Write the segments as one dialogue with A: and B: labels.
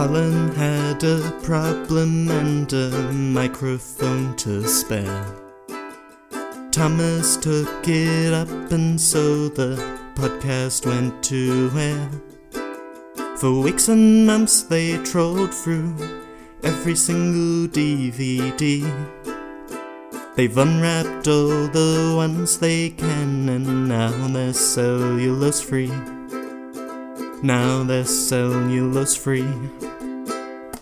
A: Colin had a problem and a microphone to spare. Thomas took it up, and so the podcast went to air. For weeks and months they trolled through every single DVD. They've unwrapped all the ones they can, and now they're cellulose free. Now they're cellulose free.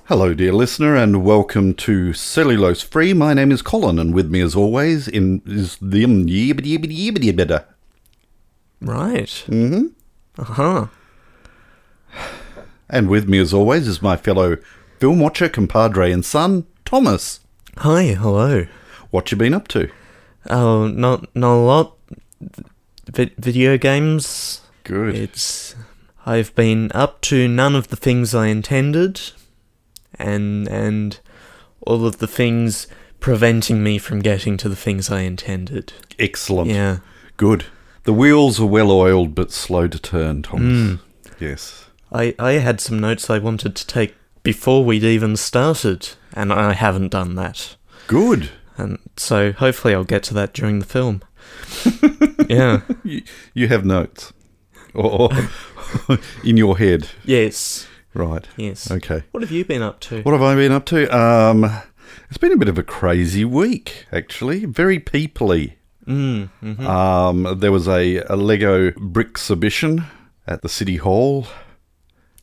B: Hello, dear listener, and welcome to Cellulose Free. My name is Colin, and with me, as always, in, is the um, yibbity yibbity yibbity Mm-hmm. bidder.
A: Right. Mm hmm. Uh huh.
B: And with me, as always, is my fellow film watcher, compadre, and son, Thomas.
A: Hi, hello.
B: What you been up to?
A: Oh, not not a lot. Vi- video games.
B: Good.
A: It's I've been up to none of the things I intended, and and all of the things preventing me from getting to the things I intended.
B: Excellent.
A: Yeah.
B: Good. The wheels are well oiled, but slow to turn,
A: Hmm.
B: Thomas. Yes.
A: I I had some notes I wanted to take before we'd even started, and I haven't done that.
B: Good.
A: And so hopefully I'll get to that during the film. yeah.
B: You, you have notes. Or in your head.
A: Yes.
B: Right.
A: Yes.
B: Okay.
A: What have you been up to?
B: What have I been up to? Um, it's been a bit of a crazy week, actually. Very peoply.
A: Mm, mhm.
C: Hmm.
B: Um, there was a, a Lego brick exhibition at the City Hall.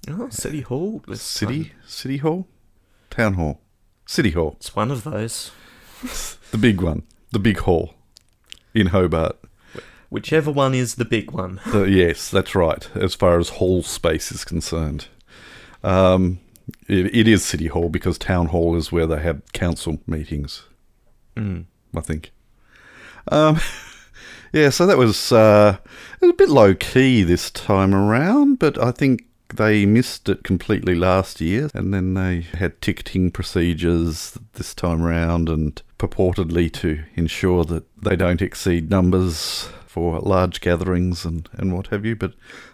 A: Oh, City Hall. This
B: City?
A: time.
B: City Hall? Town Hall. City Hall.
A: It's one of those.
B: The big one. The big hall in Hobart.
A: Whichever one is the big one.
B: Uh, yes, that's right. As far as hall space is concerned, um, it, it is city hall because town hall is where they have council meetings. I think. Um, yeah, so that was uh, it was a bit low key this time around, but I think they missed it completely last year, and then they had ticketing procedures this time round, and purportedly to ensure that they don't exceed numbers for large gatherings and, and what have you. But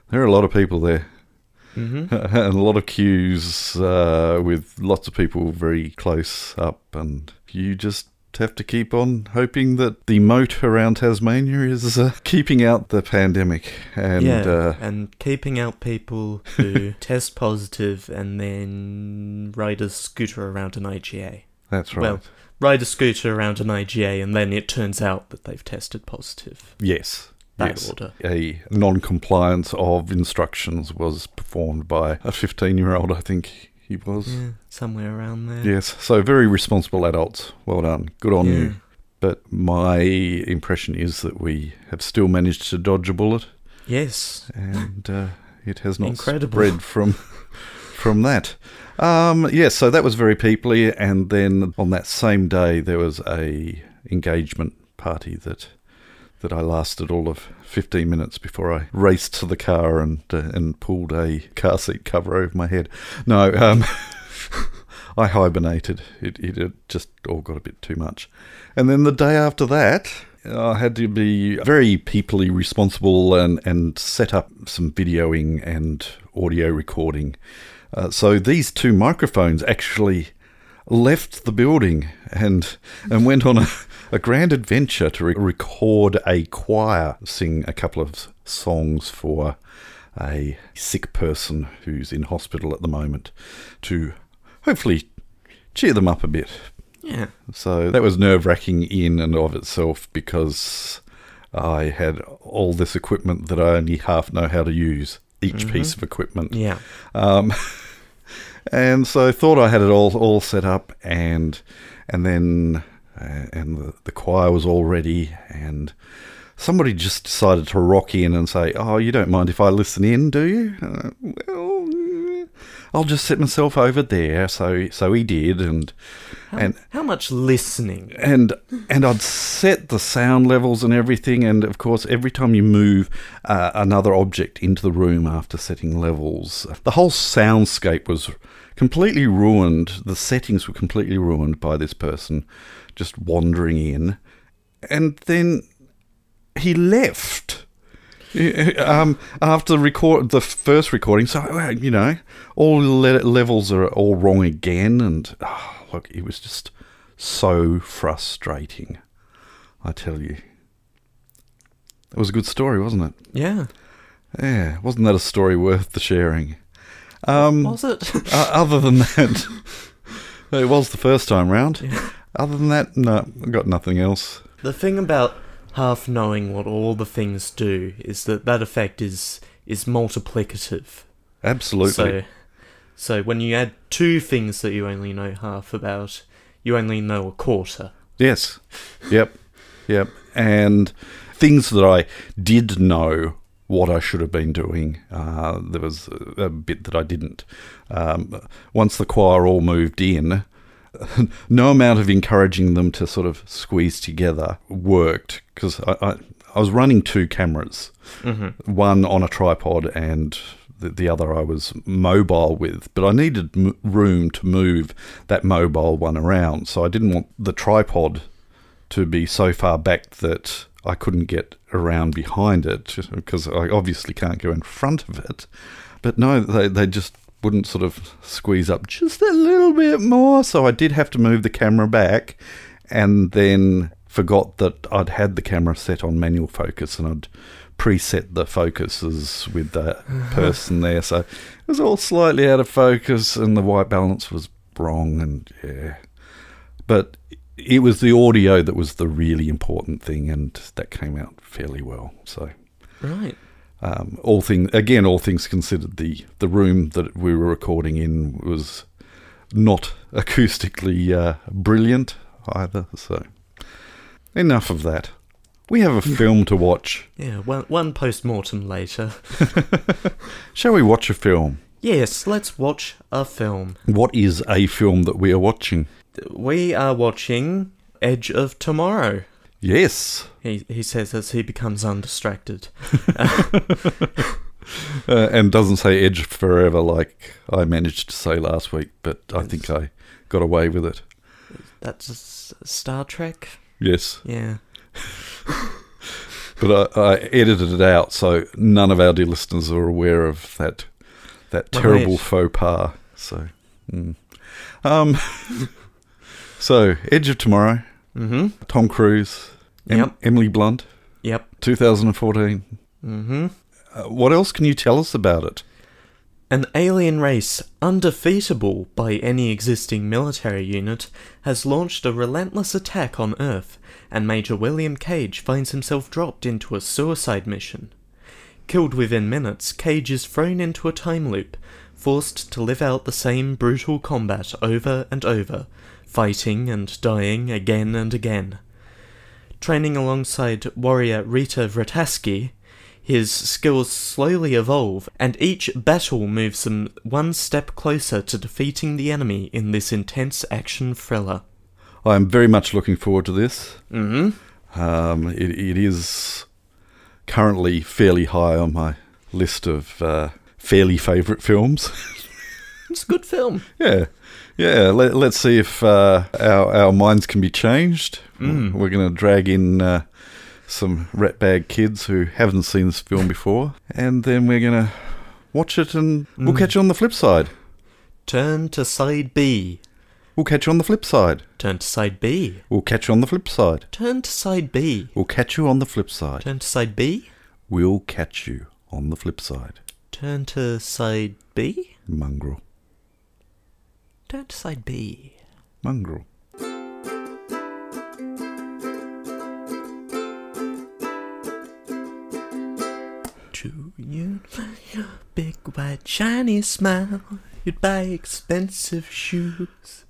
B: there are a lot of people there.
A: Mm-hmm.
B: and a lot of queues uh, with lots of people very close up, and you just have to keep on hoping that the moat around Tasmania is uh, keeping out the pandemic. And
A: yeah,
B: uh,
A: and keeping out people who test positive and then ride a scooter around an IGA.
B: that's right.
A: Well, ride a scooter around an IGA and then it turns out that they've tested positive.
B: yes.
A: That
B: yes.
A: order.
B: A non compliance of instructions was performed by a 15 year old, I think he was.
A: Yeah, somewhere around there.
B: Yes. So very responsible adults. Well done. Good on
A: Yeah.
B: you. But my impression is that we have still managed to dodge a bullet,
A: Yes.
B: and uh, it has not
A: Incredible.
B: spread from from that. Um, yes, so that was very peoply, and then on that same day there was a engagement party that that I lasted all of 15 minutes before I raced to the car and uh, and pulled a car seat cover over my head. No, um, I hibernated. It, it it just all got a bit too much, and then the day after that. I had to be very peoply responsible and, and set up some videoing and audio recording. Uh, so these two microphones actually left the building and and went on a, a grand adventure to re- record a choir sing a couple of songs for a sick person who's in hospital at the moment to hopefully cheer them up a bit
A: Yeah.
B: so that was nerve wracking in and of itself because I had all this equipment that I only half know how to use each piece of equipment
A: Yeah.
B: um, and so I thought I had it all all set up, and and then uh, and the, the choir was all ready, and somebody just decided to rock in and say, "Oh, you don't mind if I listen in, do you?" Uh, well, eh, I'll just set myself over there. So so he did, and and
A: How much listening?
B: and and I'd set the sound levels and everything. And of course, every time you move uh, another object into the room after setting levels, the whole soundscape was completely ruined. The settings were completely ruined by this person just wandering in, and then he left. Yeah, um, after record the first recording, so uh, you know, all le- levels are all wrong again, and ah, look, it was just so frustrating. I tell you, it was a good story, wasn't it?
A: Yeah.
B: Yeah, wasn't that a story worth the sharing? Um,
A: Was it?
B: uh, other than that, it was the first time round.
A: Yeah.
B: Other than that, no, I got nothing else.
A: The thing about half knowing what all the things do is that that effect is is multiplicative.
B: Absolutely.
A: So, so when you add two things that you only know half about, you only know a quarter.
B: Yes. Yep. Yep. And things that I did know what I should have been doing. Uh, there was a a bit that I didn't. Um, once the choir all moved in, no amount of encouraging them to sort of squeeze together worked because I, I, I was running two cameras, one on a tripod and the, the other I was mobile with. But I needed m- room to move that mobile one around, so I didn't want the tripod to be so far back that I couldn't get around behind it because I obviously can't go in front of it. But no, they, they just wouldn't sort of squeeze up just a little bit more. So I did have to move the camera back and then forgot that I'd had the camera set on manual focus and I'd preset the focuses with that person there. So it was all slightly out of focus and the white balance was wrong and yeah but it was the audio that was the really important thing, and that came out fairly well. So,
A: Right.
B: um, all thing again, all things considered, the the room that we were recording in was not acoustically uh, brilliant either. So, enough of that. We have a film to watch.
A: Yeah. One one post mortem later.
B: Shall we watch a film?
A: Yes. Let's watch a film.
B: What is a film that we are watching?
A: We are watching Edge of Tomorrow.
B: Yes,
A: He he says as he becomes undistracted.
B: Uh, and doesn't say Edge Forever like I managed to say last week, but I think I got away with it.
A: That's a s- Star Trek.
B: Yes,
A: Yeah.
B: but I, I edited it out so none of our dear listeners are aware of that that
A: Well,
B: terrible
A: yes.
B: faux pas. So, mm. um, so Edge of Tomorrow,
A: Mm-hmm.
B: Tom Cruise, Em-
A: Yep.
B: Emily Blunt,
A: Yep.
B: 2014.
A: Mm-hmm.
B: Uh, what else can you tell us about it?
A: An alien race, undefeatable by any existing military unit, has launched a relentless attack on Earth, and Major William Cage finds himself dropped into a suicide mission. Killed within minutes, Cage is thrown into a time loop, forced to live out the same brutal combat over and over, fighting and dying again and again. Training alongside warrior Rita Vrataski, his skills slowly evolve, and each battle moves him one step closer to defeating the enemy in this intense action thriller.
B: I am very much looking forward to this.
A: Mm-hmm.
B: Um, it, it is currently fairly high on my list of uh, fairly favourite films.
A: It's a good film.
B: yeah, yeah. Let, let's see if uh, our our minds can be changed.
A: Mm.
B: We're going to drag in uh, some ratbag kids who haven't seen this film before, and then we're going to watch it, and we'll
A: Mm.
B: catch you on the flip side.
A: Turn to side B.
B: We'll catch you on the flip side.
A: Turn to side B.
B: We'll catch you on the flip side.
A: Turn to side B.
B: We'll catch you on the flip side.
A: Turn to side B.
B: We'll catch you on the flip side.
A: Turn to side B.
B: Mongrel.
A: Turn to side B.
B: Mongrel.
A: To you, your big white shiny smile, you'd buy expensive shoes,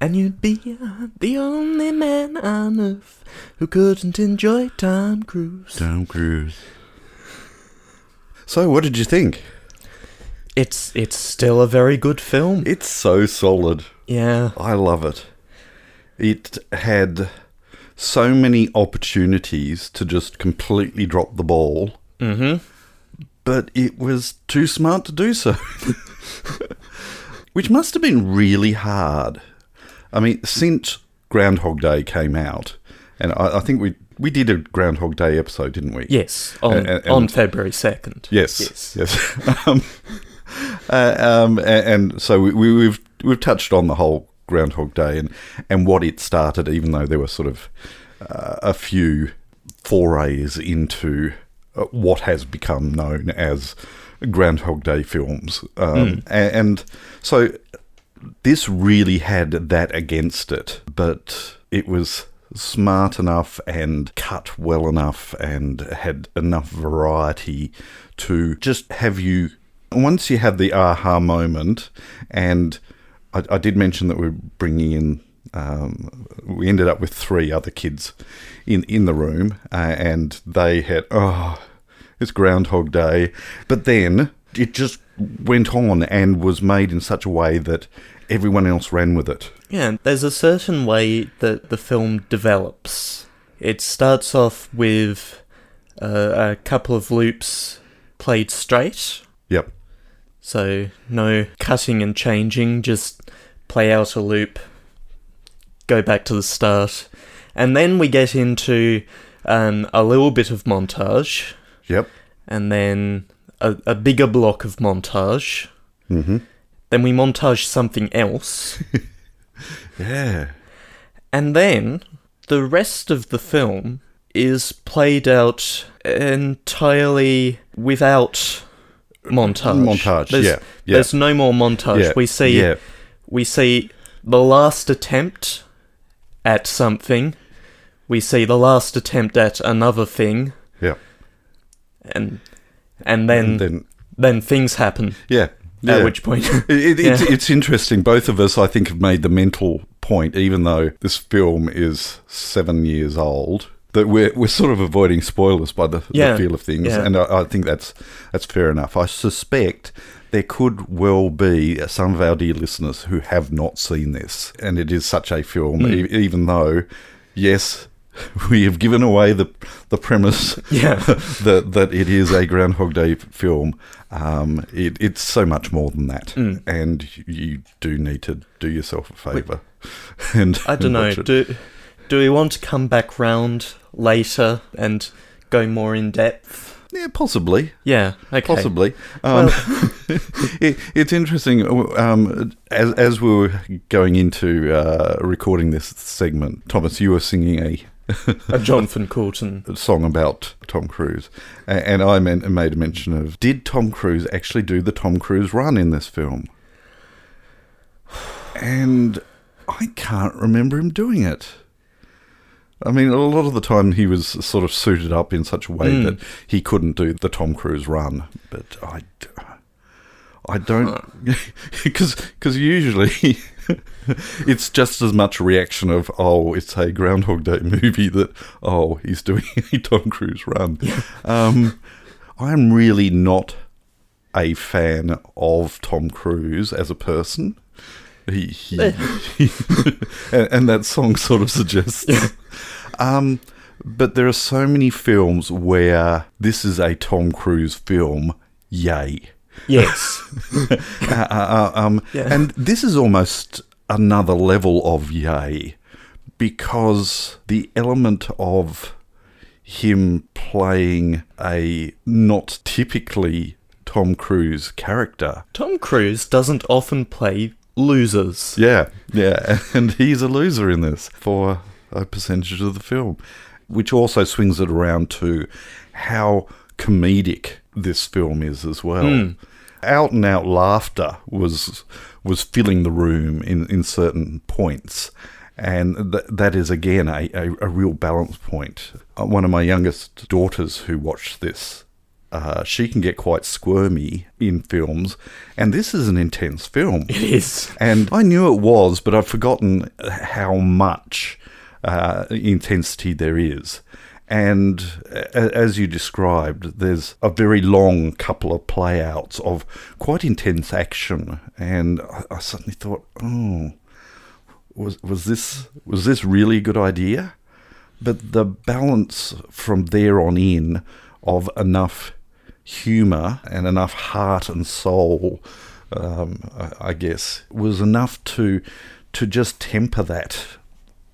A: and you'd be uh, the only man on earth who couldn't enjoy Tom Cruise.
B: Tom Cruise. So, what did you think?
A: It's it's still a very good film.
B: It's so solid.
A: Yeah,
B: I love it. It had so many opportunities to just completely drop the ball. Mm-hmm. But it was too smart to do so. Which must have been really hard. I mean, since Groundhog Day came out, and I, I think we we did a Groundhog Day episode, didn't we?
A: Yes, on,
B: And- and-
A: on February 2nd.
B: Yes. Yes. um, uh, um, a- and, so we, we, we've we've touched on the whole Groundhog Day and and what it started, even though there were sort of uh, a few forays into uh, what has become known as Groundhog Day films, um, a- and, so this really had that against it, but it was smart enough and cut well enough and had enough variety to just have you once you have the aha moment and I, I did mention that we're bringing in um, we ended up with three other kids in in the room uh, and they had oh it's Groundhog Day. But then it just went on and was made in such a way that everyone else ran with it.
A: Yeah, and there's a certain way that the film develops. It starts off with uh, a couple of loops played straight,
B: Yep.
A: so no cutting and changing, just play out a loop, go back to the start. And then we get into um, a little bit of montage,
B: Yep.
A: and then a, a bigger block of montage.
B: hmm
A: Then we montage something else.
B: Yeah.
A: And then the rest of the film is played out entirely without montage.
B: Montage,
A: There's,
B: yeah, yeah.
A: There's no more montage.
B: Yeah,
A: We see
B: Yeah.
A: we see the last attempt at something. We see the last attempt at another thing
B: Yeah.
A: and and then
B: And
A: then,
B: then
A: things happen.
B: yeah. Yeah.
A: At which point
B: It, it, it's,
A: Yeah.
B: it's interesting. Both of us, I think, have made the mental point, even though this film is seven years old, that we're, we're sort of avoiding spoilers by the,
A: Yeah.
B: the feel of things.
A: Yeah.
B: And I, I think that's, that's fair enough. I suspect there could well be some of our dear listeners who have not seen this. And it is such a film,
A: Hmm.
B: e- even though, yes. We have given away the the premise
A: Yeah.
B: that that it is a Groundhog Day film. Um, it, it's so much more than that,
A: mm.
B: and you do need to do yourself a favour. And
A: I
B: and
A: don't know.
B: watch it.
A: Do do we want to come back round later and go more in depth?
B: yeah, possibly,
A: Yeah. Okay.
B: possibly. Um, it, it's interesting. Um, as as we were going into uh, recording this segment, Thomas, you were singing a
A: A Jonathan Coulton.
B: song about Tom Cruise, a- and I meant, made a mention of did Tom Cruise actually do the Tom Cruise run in this film? And I can't remember him doing it. I mean, a lot of the time he was sort of suited up in such a way
A: Mm.
B: that he couldn't do the Tom Cruise run, but I. d- I don't, because usually it's just as much a reaction of oh, it's a Groundhog Day movie that oh, he's doing a Tom Cruise run. um, I'm really not a fan of Tom Cruise as a person. He, he, and, and that song sort of suggests. Um, but there are so many films where this is a Tom Cruise film. Yay.
A: Yes.
B: Uh, uh, uh, um,
A: Yeah.
B: And this is almost another level of yay because the element of him playing a not typically Tom Cruise character.
A: Tom Cruise doesn't often play losers.
B: Yeah, yeah. And he's a loser in this for a percentage of the film, which also swings it around to how comedic this film is as well. Out and out laughter was was filling the room in, in certain points. And th- that is again a, a, a real balance point. Uh, One of my youngest daughters who watched this uh, she can get quite squirmy in films, and this is an intense film.
A: It is.
B: And I knew it was, but I've forgotten how much uh, intensity there is. And a- as you described, there's a very long couple of playouts of quite intense action. And I, I suddenly thought, oh, was was this was this really a good idea? But the balance from there on in of enough humor and enough heart and soul, um, I- I guess, was enough to to just temper that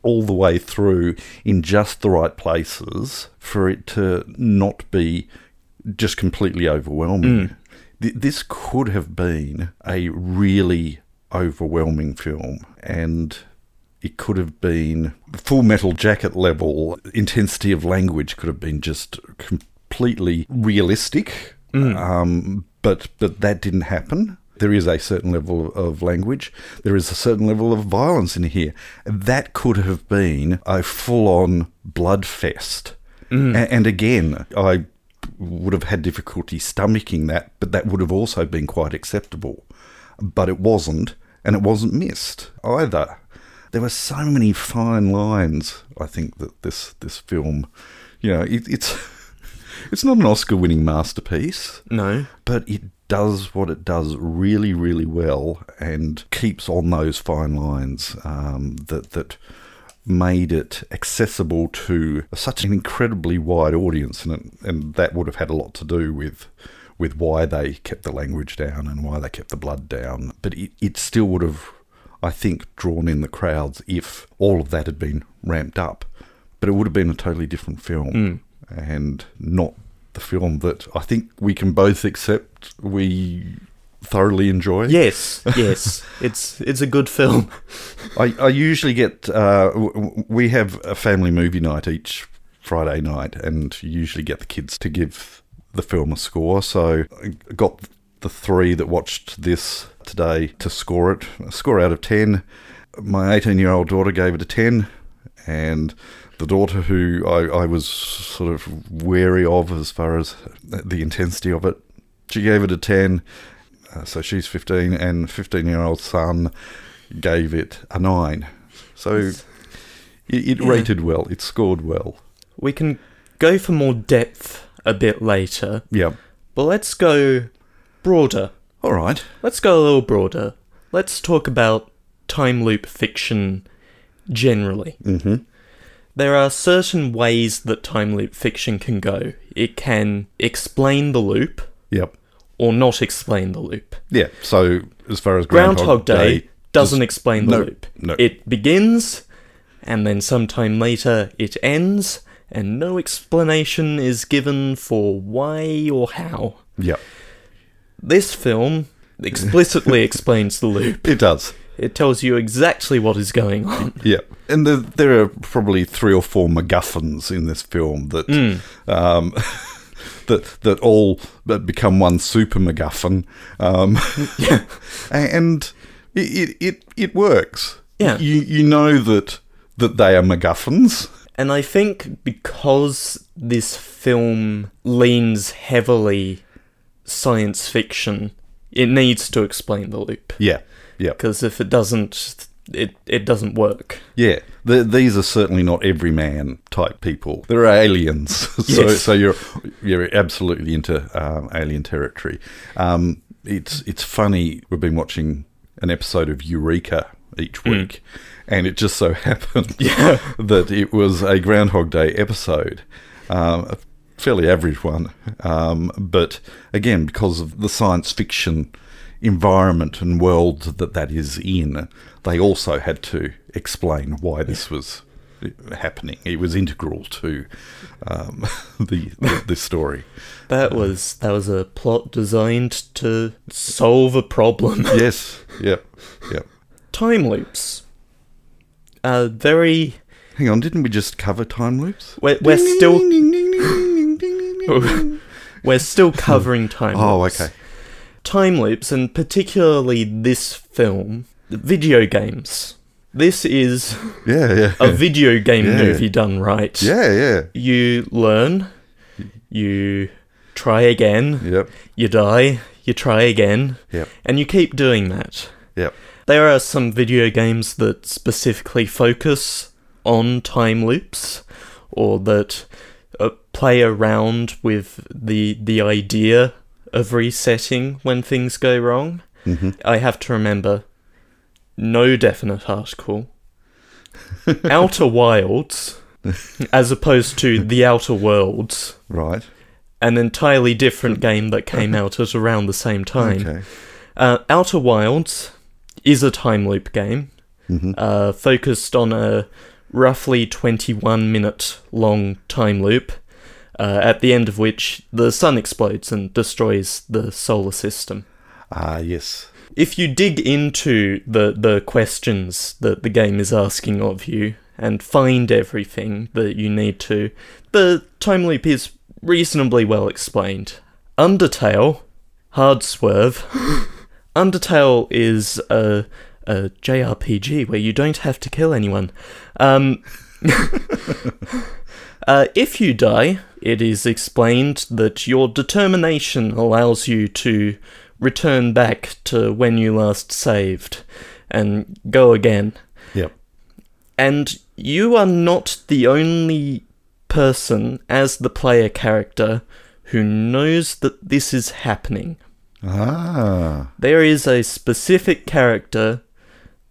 B: all the way through in just the right places for it to not be just completely overwhelming. Th- this could have been a really overwhelming film, and it could have been full metal jacket level intensity of language could have been just completely realistic um, but but that didn't happen there is a certain level of language there is a certain level of violence in here that could have been a full-on blood fest A- and again i would have had difficulty stomaching that but that would have also been quite acceptable but it wasn't and it wasn't missed either there were so many fine lines. I think that this this film, you know, it, it's it's not an Oscar-winning masterpiece,
A: No.
B: but it does what it does really, really well, and keeps on those fine lines um, that that made it accessible to such an incredibly wide audience, and it, and that would have had a lot to do with. With why they kept the language down and why they kept the blood down, but it, it still would have I think, drawn in the crowds if all of that had been ramped up. But it would have been a totally different
A: Oh, Hmm.
B: film and not the film that I think we can both accept we thoroughly enjoy.
A: Yes, yes. it's it's a good film.
B: I, I usually get, uh, w- w- we have a family movie night each Friday night and usually get the kids to give the film a score. So I got the three that watched this today to score it, a score out of 10. My 18 year old daughter gave it a 10, and the daughter who I, I was sort of wary of as far as the intensity of it, she gave it a 10. Uh, so she's 15, and 15 year old son gave it a 9. So it, it
A: Yeah.
B: rated well, it scored well.
A: We can go for more depth a bit later,
B: Yeah.
A: but let's go broader.
B: All right.
A: Let's go a little broader. Let's talk about time loop fiction generally.
B: Mm-hmm.
A: There are certain ways that time loop fiction can go. It can explain the loop
B: Yep.
A: or not explain the loop.
B: Yeah. So as far as Groundhog,
A: Groundhog, Day, doesn't
B: does-
A: explain the
B: no,
A: loop.
B: no.
A: It begins, and then sometime later it ends, and no explanation is given for why or how.
B: Yep.
A: This film explicitly explains the loop.
B: It does.
A: It tells you exactly what is going on.
B: Yeah. And the, there are probably three or four MacGuffins in this film that
A: Mm.
B: um, that that all that become one super MacGuffin, um, and it, it it it works.
A: Yeah.
B: You you know that that they are MacGuffins.
A: And I think because this film leans heavily science fiction, it needs to explain the loop.
B: Yeah. Yeah.
A: Because if it doesn't, it, it doesn't work.
B: Yeah, the, these are certainly not everyman type people. They're aliens, so
A: Yes.
B: so you're you're absolutely into um, alien territory. Um, it's it's funny. We've been watching an episode of Eureka each week, and it just so happened that it was a Groundhog Day episode. Um, a fairly average one, um, but again, because of the science fiction environment and world that that is in, they also had to explain why this was happening. It was integral to um, the, the the story.
A: That was that was a plot designed to solve a problem.
B: Yes. Yep. Yep.
A: Time loops. Uh, very.
B: Hang on, didn't we just cover time loops?
A: We're, we're still
B: Ding, ding, ding, ding, ding, ding, ding, ding, ding.
A: we're still covering time.
B: Hmm. Oh,
A: loops.
B: okay.
A: Time loops, and particularly this film, video games. This is
B: Yeah, yeah.
A: a video game
B: Yeah.
A: movie done right.
B: Yeah, yeah.
A: You learn. You try again.
B: Yep.
A: You die. You try again.
B: Yep.
A: And you keep doing that.
B: Yep.
A: There are some video games that specifically focus on time loops, or that uh, play around with the the idea of resetting when things go wrong.
B: hmm
A: I have to remember, no definite article. Outer Wilds, as opposed to the Outer Worlds,
B: Right.
A: an entirely different game that came out at around the same time.
B: Okay.
A: Uh, Outer Wilds is a time loop game
B: hmm
A: uh, focused on a roughly 21 minute long time loop, uh, at the end of which the sun explodes and destroys the solar system.
B: Ah, yes.
A: If you dig into the, the questions that the game is asking of you and find everything that you need to, the time loop is reasonably well explained. Undertale, hard swerve. Undertale is a, a JRPG where you don't have to kill anyone. Um, uh, if you die, it is explained that your determination allows you to return back to when you last saved and go again.
B: Yep.
A: And you are not the only person, as the player character, who knows that this is happening.
B: Ah,
A: There is a specific character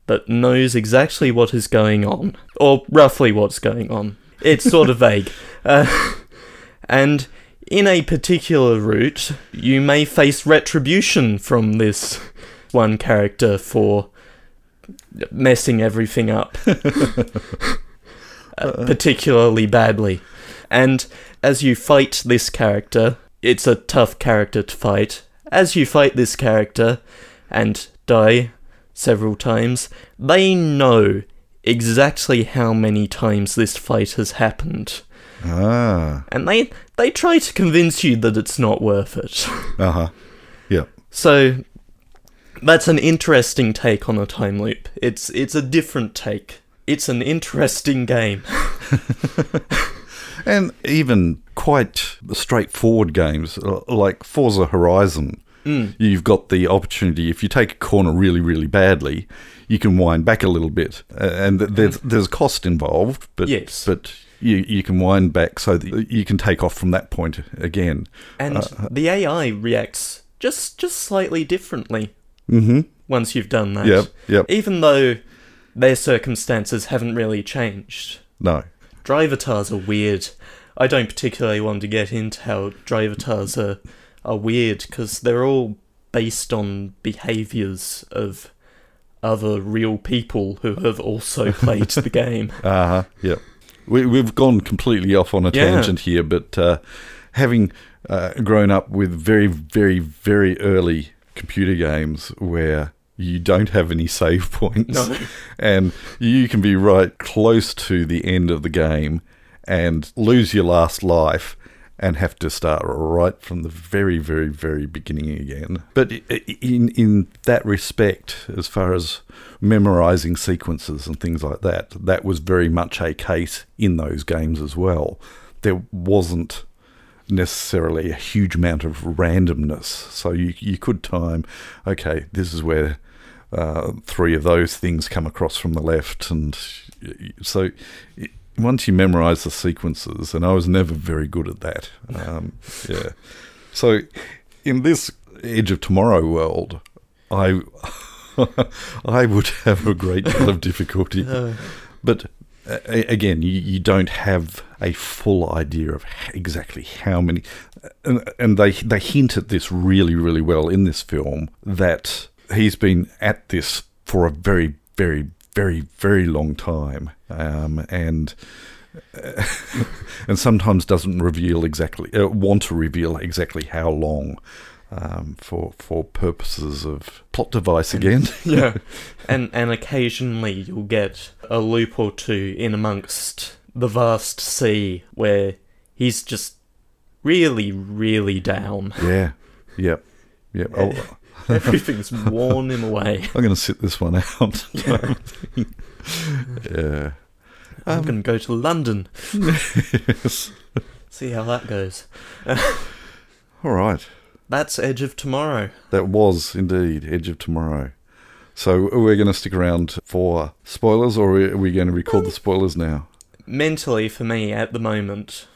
A: that knows exactly what is going on, or roughly what's going on. It's sort of vague. Uh, and in a particular route, you may face retribution from this one character for messing everything up, uh, particularly badly. And as you fight this character, it's a tough character to fight. As you fight this character and die several times, they know exactly how many times this fight has happened.
B: ah,
A: And they they try to convince you that it's not worth it.
B: uh huh. Yep.
A: So that's an interesting take on a time loop. It's it's a different take. It's an interesting game.
B: And even quite straightforward games uh, like Forza Horizon,
A: Mm.
B: you've got the opportunity. If you take a corner really, really badly, you can wind back a little bit, Uh, and th- there's there's cost involved, but
A: Mm. Yes.
B: but you you can wind back so that you can take off from that point again.
A: And the AI reacts just just slightly differently
B: Mm-hmm.
A: once you've done that.
B: Yep. Yep.
A: Even though their circumstances haven't really changed.
B: No.
A: Drivatars are weird. I don't particularly want to get into how Drivatars are, are weird because they're all based on behaviours of other real people who have also played the game.
B: Uh huh. Yeah. We, we've gone completely off on a
A: Yeah.
B: tangent here, but uh, having uh, grown up with very, very, very early computer games where you don't have any save points
A: No.
B: and you can be right close to the end of the game and lose your last life and have to start right from the very very very beginning again but i- i- in in that respect as far as memorizing sequences and things like that that was very much a case in those games as well there wasn't necessarily a huge amount of randomness. So you you could time, okay, this is where uh, three of those things come across from the left, and y- y- so y- once you memorise the sequences, and I was never very good at that. Um, yeah, so in this Edge of Tomorrow world, I. I would have a great deal of difficulty
A: Uh,
B: but uh, a- again, you, you don't have a full idea of h- exactly how many, uh, and, and they they hint at this really really well in this film that he's been at this for a very very very very long time, um, and uh, and sometimes doesn't reveal exactly uh, want to reveal exactly how long. Um, for for purposes of plot device again,
A: yeah. And and occasionally you'll get a loop or two in amongst the vast sea where he's just really, really down.
B: yeah, yep, yep. Oh,
A: Everything's worn him away.
B: I'm going to sit this one out. yeah. yeah.
A: I'm gonna go to London.
B: Yes.
A: See how that goes.
B: All right.
A: That's Edge of Tomorrow.
B: That was indeed Edge of Tomorrow. So we're going to stick around for spoilers, or are we going to record the spoilers now?
A: Mentally, for me at the moment,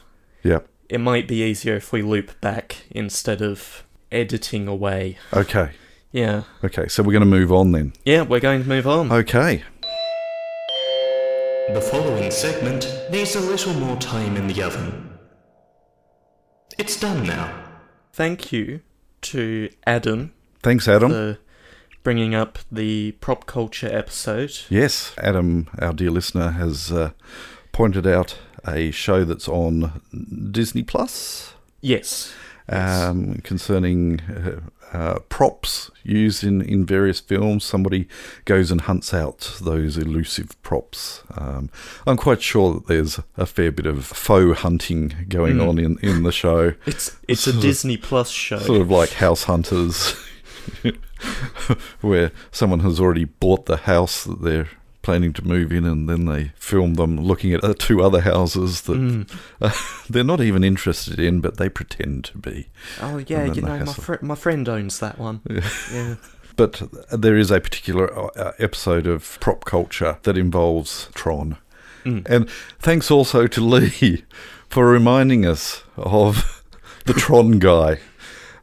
B: Yep.
A: it might be easier if we loop back instead of editing away.
B: Okay.
A: Yeah.
B: Okay. So we're going to move on then.
A: Yeah, we're going to move on.
B: Okay.
A: The following segment needs a little more time in the oven. It's done now. Thank you to Adam,
B: Thanks, Adam.
A: the bringing up the prop culture episode.
B: Yes, Adam, our dear listener, has uh, pointed out a show that's on Disney Plus
A: Yes. Yes.
B: um, concerning uh, uh, props used in, in various films. Somebody goes and hunts out those elusive props. Um, I'm quite sure that there's a fair bit of faux hunting going
A: Mm.
B: on in, in the show,
A: It's it's a
B: Sort of-
A: Disney Plus show.
B: sort of like House Hunters, where someone has already bought the house that they're planning to move in and then they film them looking at uh, two other houses that
A: Mm.
B: they're not even interested in but they pretend to be
A: Oh yeah,
B: then
A: you
B: the
A: know my
B: hassle.
A: fri my friend owns that one.
B: Yeah.
A: yeah.
B: But there is a particular uh, episode of prop culture that involves Tron.
A: Mm.
B: And thanks also to Lee for reminding us of the Tron guy,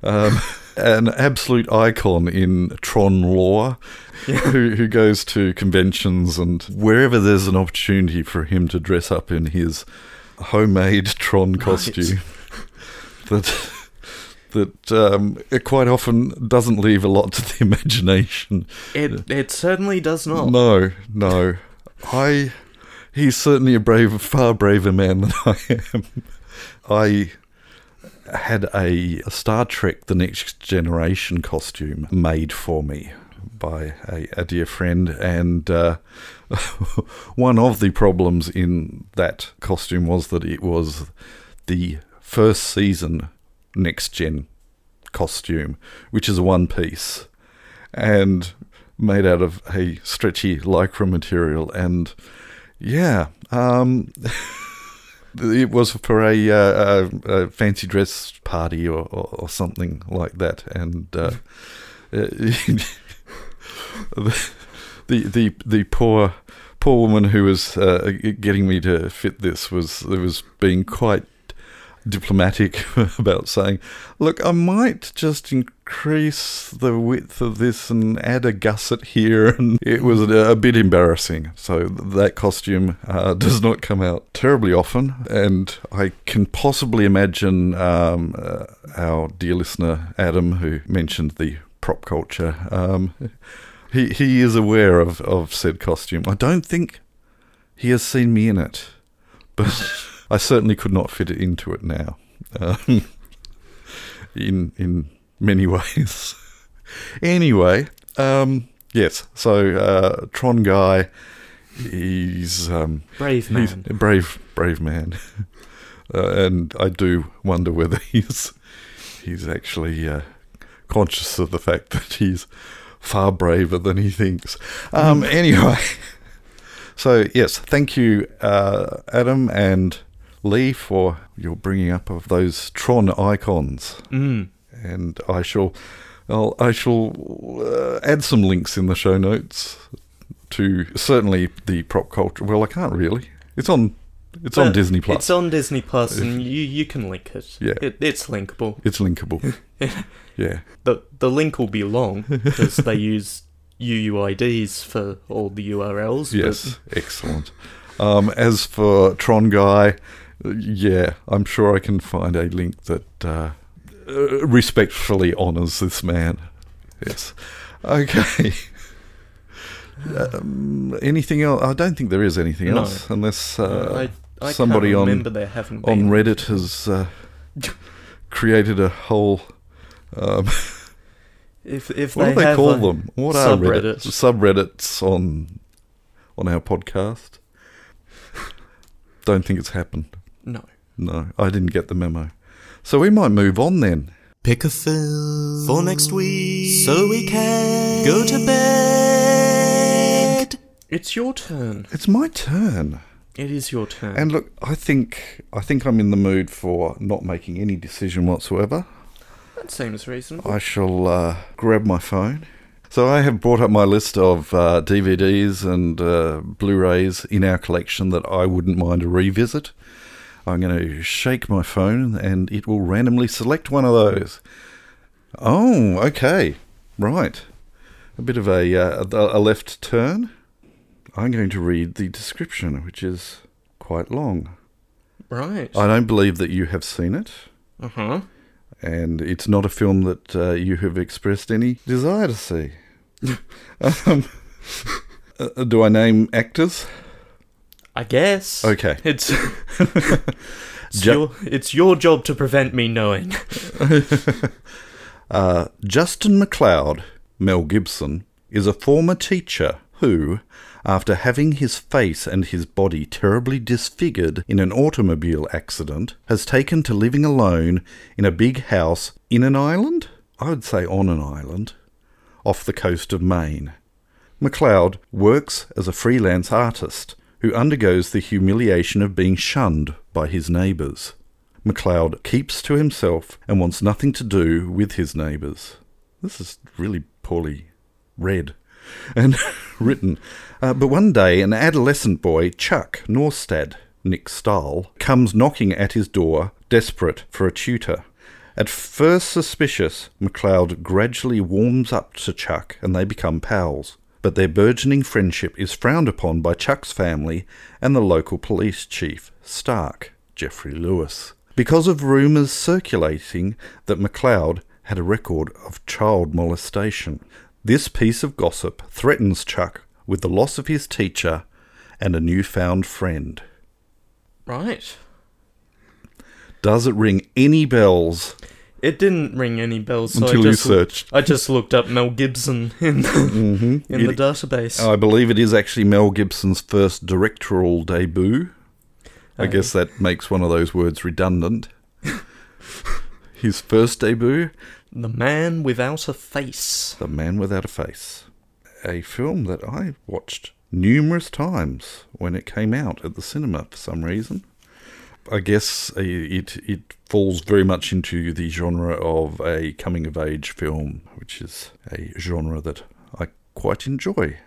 B: um, an absolute icon in Tron lore. Who, who goes to conventions and wherever there's an opportunity for him to dress up in his homemade Tron costume, that that um, it quite often doesn't leave a lot to the imagination.
A: It it certainly does not.
B: No, no. I he's certainly a brave far braver man than I am. I had a, a Star Trek The Next Generation costume made for me by a, a dear friend, and uh, one of the problems in that costume was that it was the first season next gen costume, which is one piece and made out of a stretchy lycra material. And yeah, um, it was for a, uh, a, a fancy dress party or, or, or something like that. And uh, the, the the poor poor woman who was uh, getting me to fit this was was being quite diplomatic about saying, "Look, I might just increase the width of this and add a gusset here," and it was a, a bit embarrassing. So th- that costume uh, does not come out terribly often, and I can possibly imagine um, uh, our dear listener Adam, who mentioned the prop culture. Um, he, he is aware of, of said costume. I don't think he has seen me in it, but I certainly could not fit it into it now. Um, in in many ways. anyway, um, yes. So uh, Tron guy, he's um,
A: Brave
B: he's
A: man.
B: a brave brave man, uh, and I do wonder whether he's he's actually uh, conscious of the fact that he's far braver than he thinks. Um, anyway, so yes, thank you, uh, Adam and Lee, for your bringing up of those Tron icons,
A: Mm.
B: and I shall, I'll, I shall uh, add some links in the show notes to certainly the prop culture. Well, I can't really. It's on. It's on
A: But
B: Disney Plus.
A: It's on Disney Plus, and you, you can link it.
B: Yeah.
A: It, it's linkable.
B: It's linkable. yeah.
A: The the link will be long because they use UUIDs for all the URLs. but-
B: Yes. Excellent. Um, as for Tron Guy, uh, yeah, I'm sure I can find a link that uh, uh, respectfully honours this man. Yes. Okay. Um, anything else? I don't think there is anything
A: No.
B: else, unless
A: I,
B: uh,
A: I
B: somebody
A: can't
B: on-
A: remember there having
B: on
A: been.
B: Reddit has uh, created a whole. Um,
A: if if
B: What
A: they,
B: do they
A: have
B: call
A: a-
B: them? What are Reddit,
A: subreddits.
B: subreddits on on our podcast? Don't think it's happened.
A: No.
B: No, I didn't get the memo. So we might move on then.
A: Pick a film for next week so we can go to bed. It's your turn.
B: It's my turn.
A: It is your turn.
B: And look, I think I think I'm in the mood for not making any decision whatsoever.
A: that seems reasonable.
B: I shall uh, grab my phone. So I have brought up my list of uh, DVDs and uh, Blu-rays in our collection that I wouldn't mind a revisit. I'm going to shake my phone and it will randomly select one of those. Oh, okay, right. A bit of a uh, a a left turn. I'm going to read the description, which is quite long.
A: right.
B: I don't believe that you have seen it
A: Uh huh.
B: and it's not a film that uh, you have expressed any desire to see. Um, uh, do I name actors?
A: I guess.
B: Okay.
A: It's, it's,
B: Jo-
A: your, it's your job to prevent me knowing.
B: Uh, Justin McLeod, Mel Gibson, is a former teacher who, after having his face and his body terribly disfigured in an automobile accident, has taken to living alone in a big house in an island? I would say on an island, off the coast of Maine. McLeod works as a freelance artist who undergoes the humiliation of being shunned by his neighbours. McLeod keeps to himself and wants nothing to do with his neighbours. This is really poorly read and written. Uh, but one day, an adolescent boy, Chuck Norstad, Nick Stahl, comes knocking at his door, desperate for a tutor. At first suspicious, McLeod gradually warms up to Chuck and they become pals. But their burgeoning friendship is frowned upon by Chuck's family and the local police chief, Stark, Jeffrey Lewis, because of rumours circulating that McLeod had a record of child molestation. This piece of gossip threatens Chuck with the loss of his teacher and a newfound friend.
A: Right.
B: Does it ring any bells
A: It didn't ring any bells, so
B: until
A: I
B: you
A: just
B: searched?
A: I just looked up Mel Gibson in the, Mm-hmm. in the
B: It-
A: database.
B: I believe it is actually Mel Gibson's first directorial debut. I
A: Oh.
B: guess that makes one of those words redundant. His first debut,
A: the man without a face.
B: The Man Without a Face, a film that I watched numerous times when it came out at the cinema for some reason. I guess uh, it it falls very much into the genre of a coming of age film, which is a genre that I quite enjoy.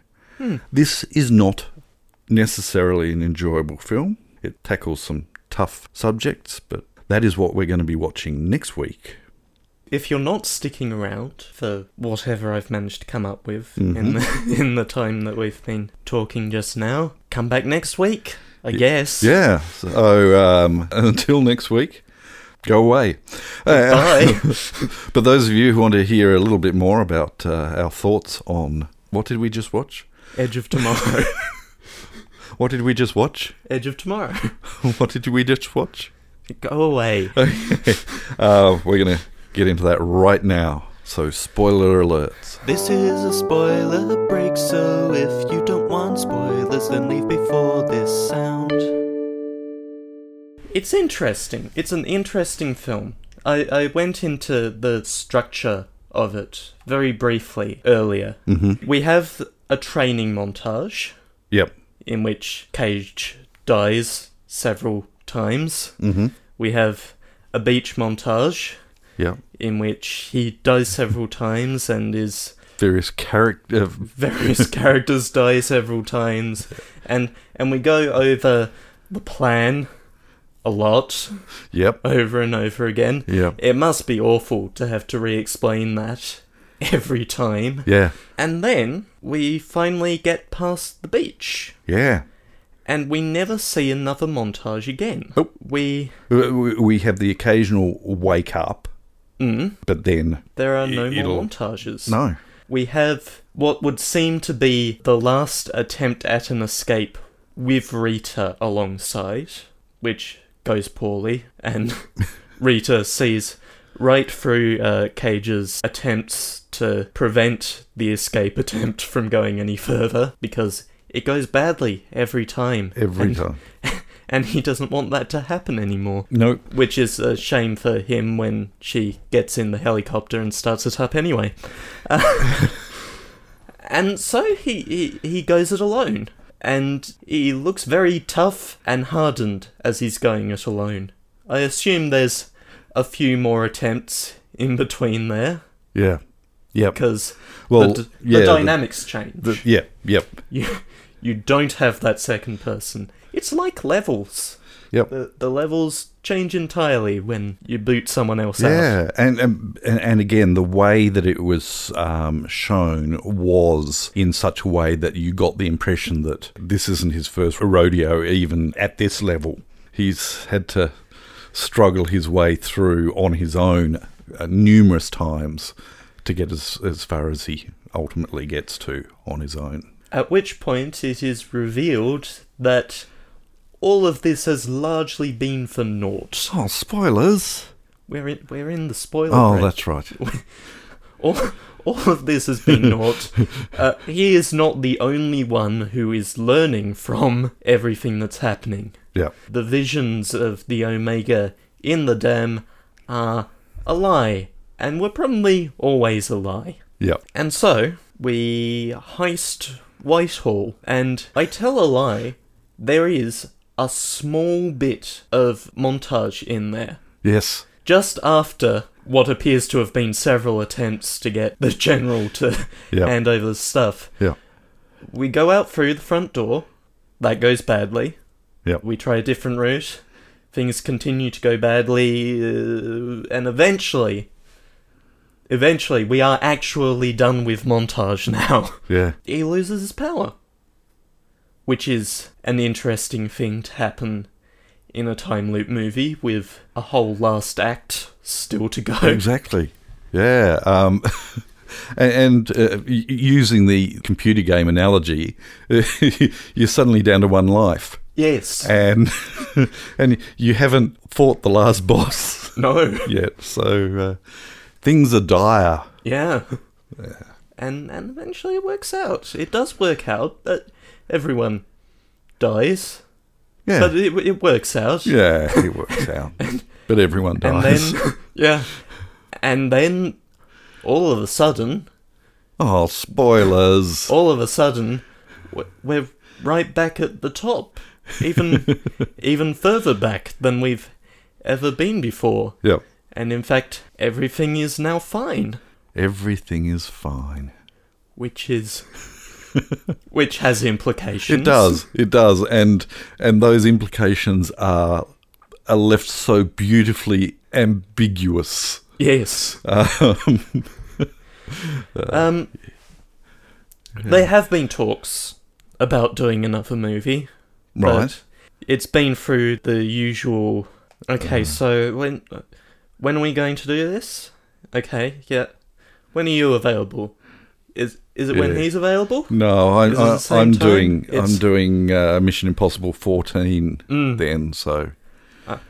B: This is not necessarily an enjoyable film. It tackles some tough subjects, but that is what we're going to be watching next week.
A: If you're not sticking around for whatever I've managed to come up with in the, in the time that we've been talking just now, come back next week, I guess.
B: Yeah. So um, until next week, go away. Uh,
A: Bye.
B: but those of you who want to hear a little bit more about uh, our thoughts on what did we just watch?
A: Edge of tomorrow.
B: What did we just watch?
A: Edge of tomorrow.
B: what did we just watch?
A: Go away.
B: Okay. Uh, we're going to get into that right now. So, spoiler alerts.
A: This is a spoiler break, so if you don't want spoilers, then leave before this sound. It's interesting. It's an interesting film. I, I went into the structure of it very briefly earlier. Mm-hmm. We have a training montage
B: Yep.
A: in which Cage dies several times.
B: Mm-hmm.
A: We have a beach montage
B: Yep.
A: in which he dies several times and is
B: Various character.
A: various characters die several times and and we go over the plan a lot
B: Yep.
A: over and over again
B: Yep.
A: it must be awful to have to re-explain that every time
B: Yeah.
A: and then we finally get past the beach
B: Yeah.
A: and we never see another montage again
B: Nope.
A: we
B: We- We we have the occasional wake up,
A: mm,
B: but then
A: there are no
B: It'll-
A: more montages
B: E- no.
A: we have what would seem to be the last attempt at an escape with Rita alongside, which goes poorly, and Rita sees right through uh, Cage's attempts to prevent the escape attempt from going any further because it goes badly every time.
B: Every
A: and,
B: time.
A: And he doesn't want that to happen anymore.
B: Nope.
A: Which is a shame for him when she gets in the helicopter and starts it up anyway. Uh, and so he, he, he goes it alone. And he looks very tough and hardened as he's going it alone. I assume there's a few more attempts in between there
B: Yeah. Yep.
A: because
B: Well,
A: the, d-
B: yeah,
A: the
B: the-
A: dynamics change.
B: The, yeah, yep,
A: you, you don't have that second person. It's like levels.
B: yep.
A: The, the levels change entirely when you boot someone else out.
B: Yeah, and, and and and again, the way that it was um, shown was in such a way that you got the impression that this isn't his first rodeo, even at this level. He's had to struggle his way through on his own uh, numerous times to get as as far as he ultimately gets to on his own.
A: At which point it is revealed that all of this has largely been for naught.
B: Oh, spoilers!
A: We're in, we're in the spoiler.
B: Oh,
A: break.
B: that's right.
A: all, all of this has been naught. Uh, he is not the only one who is learning from everything that's happening.
B: Yeah.
A: The visions of the Omega in the dam are a lie, and were probably always a lie.
B: Yeah.
A: And so we heist Whitehall, and I tell a lie. There is a small bit of montage in there
B: Yes.
A: just after what appears to have been several attempts to get the general to
B: Yeah.
A: hand over the stuff.
B: Yeah.
A: We go out through the front door. That goes badly.
B: Yeah.
A: We try a different route. Things continue to go badly, uh, and eventually, eventually, we are actually done with montage now.
B: Yeah.
A: he loses his power. Which is an interesting thing to happen in a time loop movie with a whole last act still to go.
B: Exactly. Yeah. Um, and and uh, y- using the computer game analogy, you're suddenly down to one life,
A: Yes.
B: and and you haven't fought the last boss
A: No.
B: yet, so uh, things are dire.
A: Yeah. And and eventually it works out. It does work out that everyone dies,
B: Yeah.
A: but it it works out.
B: yeah, it works out. but everyone
A: And
B: dies.
A: then yeah. And then all of a sudden,
B: oh, spoilers.
A: all of a sudden w- we're right back at the top even even further back than we've ever been before
B: Yep.
A: and in fact everything is now fine
B: Everything is fine.
A: which is which has implications
B: It does. It does. And and those implications are are left so beautifully ambiguous.
A: yes
B: Um, Uh,
A: um there have been talks about doing another movie but
B: right.
A: it's been through the usual okay
B: Mm.
A: so when when are we going to do this okay yeah when are you available is is it when
B: Yeah.
A: he's available
B: No, I,
A: Is it the
B: I,
A: same
B: I'm
A: time?
B: doing
A: It's-
B: I'm doing uh, Mission Impossible 14
A: Mm.
B: then. So
A: Ah.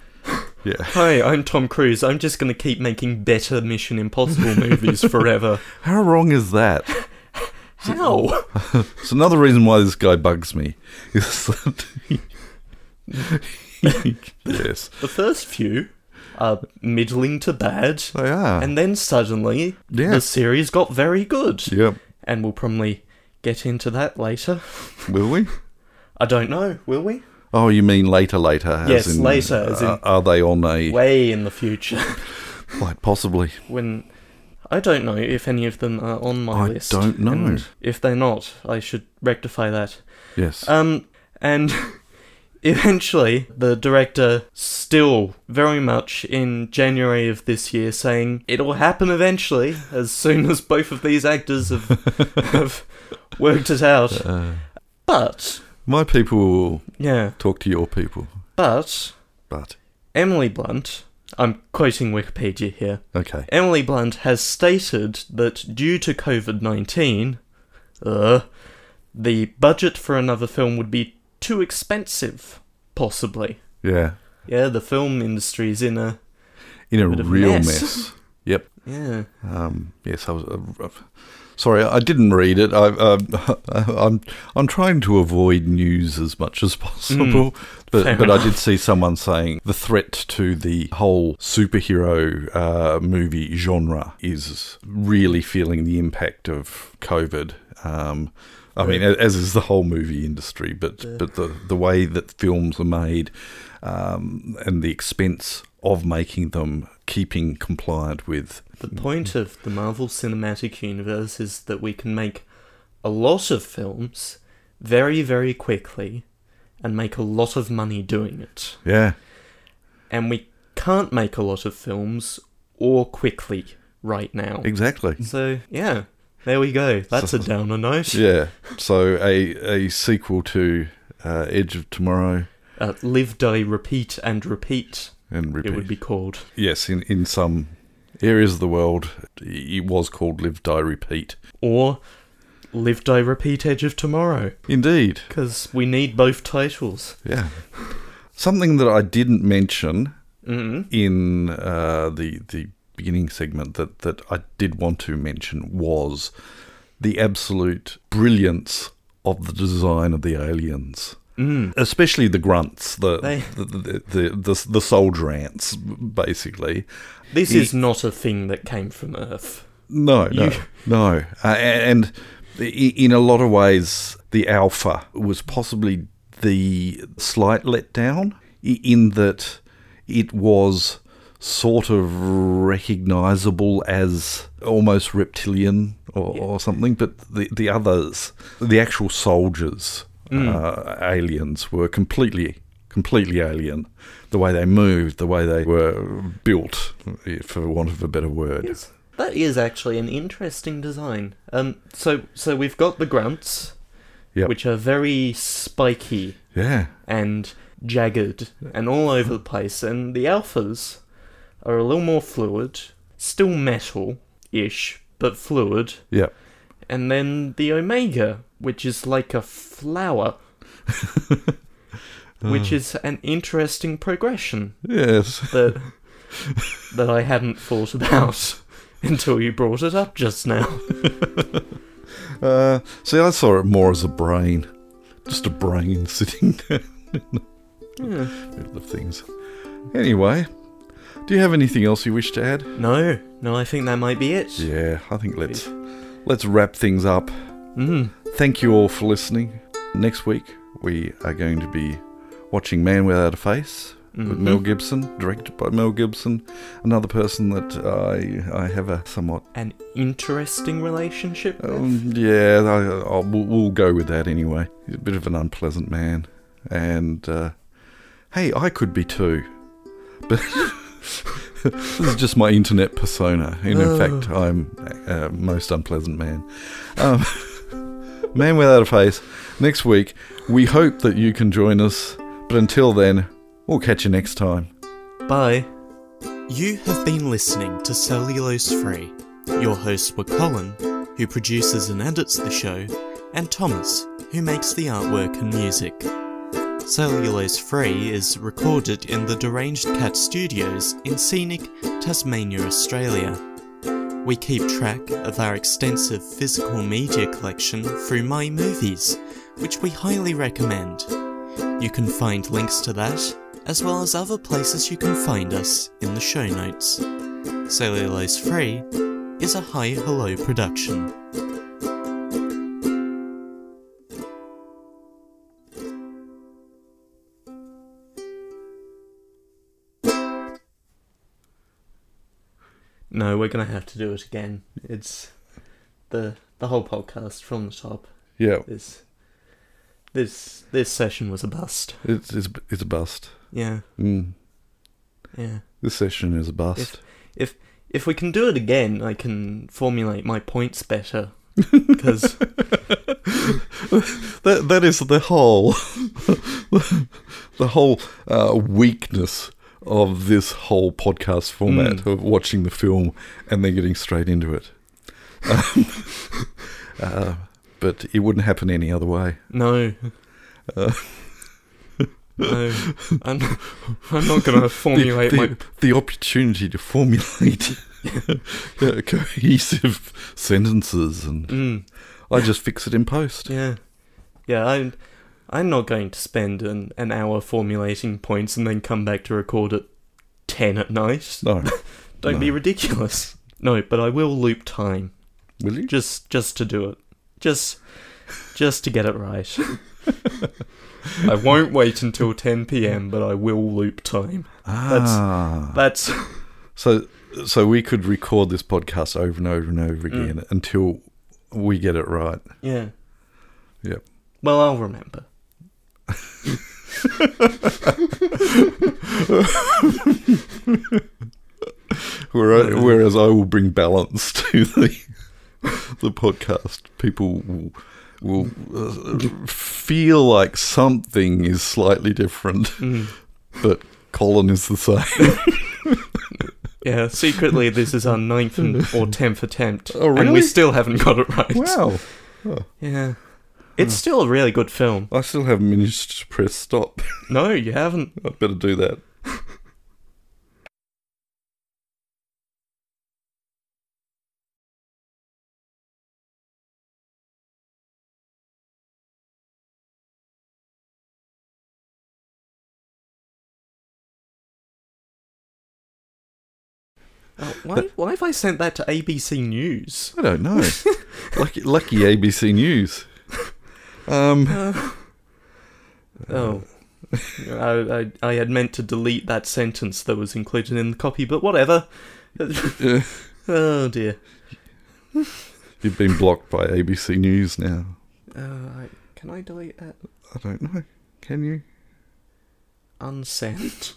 B: yeah,
A: hi i'm tom cruise i'm just going to keep making better mission impossible movies forever
B: how wrong is that?
A: how
B: It's another reason why this guy bugs me. Is that yes,
A: the first few are middling to bad
B: they are.
A: and then suddenly the
B: Yeah.
A: series got very good
B: yep.
A: and we'll probably get into that later
B: Will we?
A: i don't know will we
B: Oh, you mean later, later? as
A: Yes,
B: in,
A: later, as in-
B: are- are they on a
A: way in the future
B: Quite possibly.
A: when I don't know if any of them are on my
B: I
A: list.
B: don't know.
A: and if they're not, I should rectify that.
B: Yes.
A: Um, and eventually, the director still very much in January of this year saying it'll happen eventually, as soon as both of these actors have, have worked it out.
B: Uh,
A: But
B: my people will
A: yeah,
B: talk to your people,
A: but
B: but
A: Emily Blunt. I'm quoting Wikipedia here.
B: okay.
A: Emily Blunt has stated that due to COVID 19, uh, the budget for another film would be too expensive, possibly.
B: Yeah.
A: Yeah, the film industry is in a.
B: In a
A: Bit of
B: real
A: mess.
B: mess. Yep.
A: Yeah.
B: Um, yes, I was. Uh, uh, sorry, I didn't read it. I, uh, I'm I'm trying to avoid news as much as possible,
A: fair
B: but but I did see someone saying the threat to the whole superhero uh, movie genre is really feeling the impact of COVID. Um, I mean, a- as is the whole movie industry, but but the the way that films are made um, and the expense of making them, keeping compliant with
A: The point of the Marvel Cinematic Universe is that we can make a lot of films very, very quickly and make a lot of money doing it.
B: yeah.
A: And we can't make a lot of films or quickly right now.
B: Exactly.
A: So yeah, there we go. That's a downer note.
B: Yeah. So a a sequel to uh, Edge of Tomorrow
A: Uh, live, die, repeat, and repeat.
B: and repeat.
A: It would be called.
B: yes, in in some areas of the world, it was called Live, Die, Repeat.
A: Or Live, Die, Repeat Edge of Tomorrow.
B: Indeed.
A: Because we need both titles.
B: Yeah. Something that I didn't mention
A: Mm-hmm.
B: in uh, the the beginning segment that that I did want to mention was the absolute brilliance of the design of the aliens,
A: Mm.
B: especially the grunts, the
A: They-
B: the, the, the, the the soldier ants, basically.
A: This
B: He-
A: is not a thing that came from Earth.
B: No, no,
A: You-
B: no. Uh, and i- in a lot of ways, the Alpha was possibly the slight letdown i- in that it was sort of recognizable as almost reptilian or, or something, but the, the others, the actual soldiers,
A: Mm.
B: uh, aliens, were completely. Completely alien, the way they moved, the way they were built, for want of a better word.
A: Yes, that is actually an interesting design. Um, so so we've got the grunts,
B: Yep.
A: which are very spiky
B: Yeah.
A: and jagged and all over the place, and the alphas are a little more fluid, still metal-ish, but fluid.
B: Yeah.
A: And then the omega, which is like a flower. Which
B: Uh.
A: is an interesting progression.
B: Yes.
A: that that I hadn't thought about until you brought it up just now.
B: Uh, see, I saw it more as a brain, just a brain sitting down
A: Yeah.
B: in the middle of things. Anyway, do you have anything else you wish to add?
A: No, no, I think that might be it.
B: Yeah, I think let's let's wrap things up.
A: Mm.
B: Thank you all for listening. Next week we are going to be watching Man Without a Face with
A: Mhm.
B: Mel Gibson, directed by Mel Gibson, another person that I I have a somewhat
A: An interesting relationship. with?
B: Um, yeah, I, I'll, we'll, we'll go with that anyway. He's a bit of an unpleasant man, and uh, hey, I could be too, but this is just my internet persona, and in
A: Oh.
B: fact, I'm uh, most unpleasant man. Um, man without a face. Next week, we hope that you can join us, but until then, we'll catch you next time.
A: Bye.
C: You have been listening to Cellulose Free. Your hosts were Colin, who produces and edits the show, and Thomas, who makes the artwork and music. Cellulose Free is recorded in the Deranged Cat Studios in scenic Tasmania, Australia. We keep track of our extensive physical media collection through My Movies, which we highly recommend. You can find links to that, as well as other places you can find us, in the show notes. Cellulose Free is a high hello production.
A: No, we're gonna have to do it again. It's the the whole podcast from the top.
B: Yeah,
A: This this this session was a bust.
B: it's it's, it's a bust.
A: Yeah,
B: Mm,
A: yeah.
B: this session is a bust.
A: If if we can do it again, I can formulate my points better. Because
B: That that is the whole, the whole uh, weakness of this whole podcast format
A: Mm.
B: of watching the film and then getting straight into it. Um, uh, but it wouldn't happen any other way.
A: No.
B: Uh.
A: no. I'm, I'm not going to formulate
B: the, the,
A: my.
B: the opportunity to formulate uh, cohesive sentences, and
A: Mm,
B: I just fix it in post.
A: yeah. Yeah, I'm, I'm not going to spend an, an hour formulating points and then come back to record at 10 at night.
B: No,
A: Don't
B: no.
A: be ridiculous. No, but I will loop time.
B: will you?
A: Just just to do it. Just just to get it right. I won't wait until 10 p.m., but I will loop time.
B: ah,
A: That's
B: So, so we could record this podcast over and over and over again until we get it right.
A: yeah.
B: Yep.
A: Well, I'll remember.
B: Whereas, uh, whereas I will bring balance to the the podcast. People will, will uh, feel like something is slightly different,
A: Mm.
B: but Colin is the same.
A: Yeah, secretly, this is our ninth and, or tenth attempt.
B: Oh,
A: And we
B: really?
A: still haven't got it right.
B: Wow.
A: Yeah. It's still a really good film.
B: I still haven't managed to press stop.
A: No, you haven't.
B: I'd better do that.
A: Oh, why, why have I sent that to ABC News?
B: I don't know. lucky, lucky ABC News. Um,
A: Uh, oh. I, I, I had meant to delete that sentence that was included in the copy, but whatever.
B: uh,
A: oh dear.
B: you've been blocked by ABC News now.
A: Uh, I, can I delete that?
B: I don't know. Can you?
A: Unsent.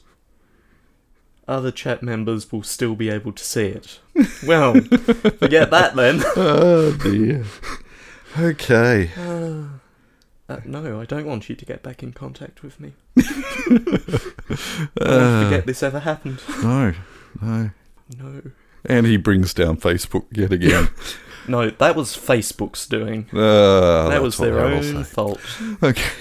A: Other chat members will still be able to see it. Well, forget that then.
B: Oh dear. Okay.
A: Uh, uh, no, I don't want you to get back in contact with me. I
B: Uh,
A: won't forget this ever happened.
B: No, no.
A: No.
B: And he brings down Facebook yet again.
A: No, that was Facebook's doing.
B: Uh,
A: that
B: that's
A: was
B: what
A: their
B: I will say.
A: own fault.
B: Okay.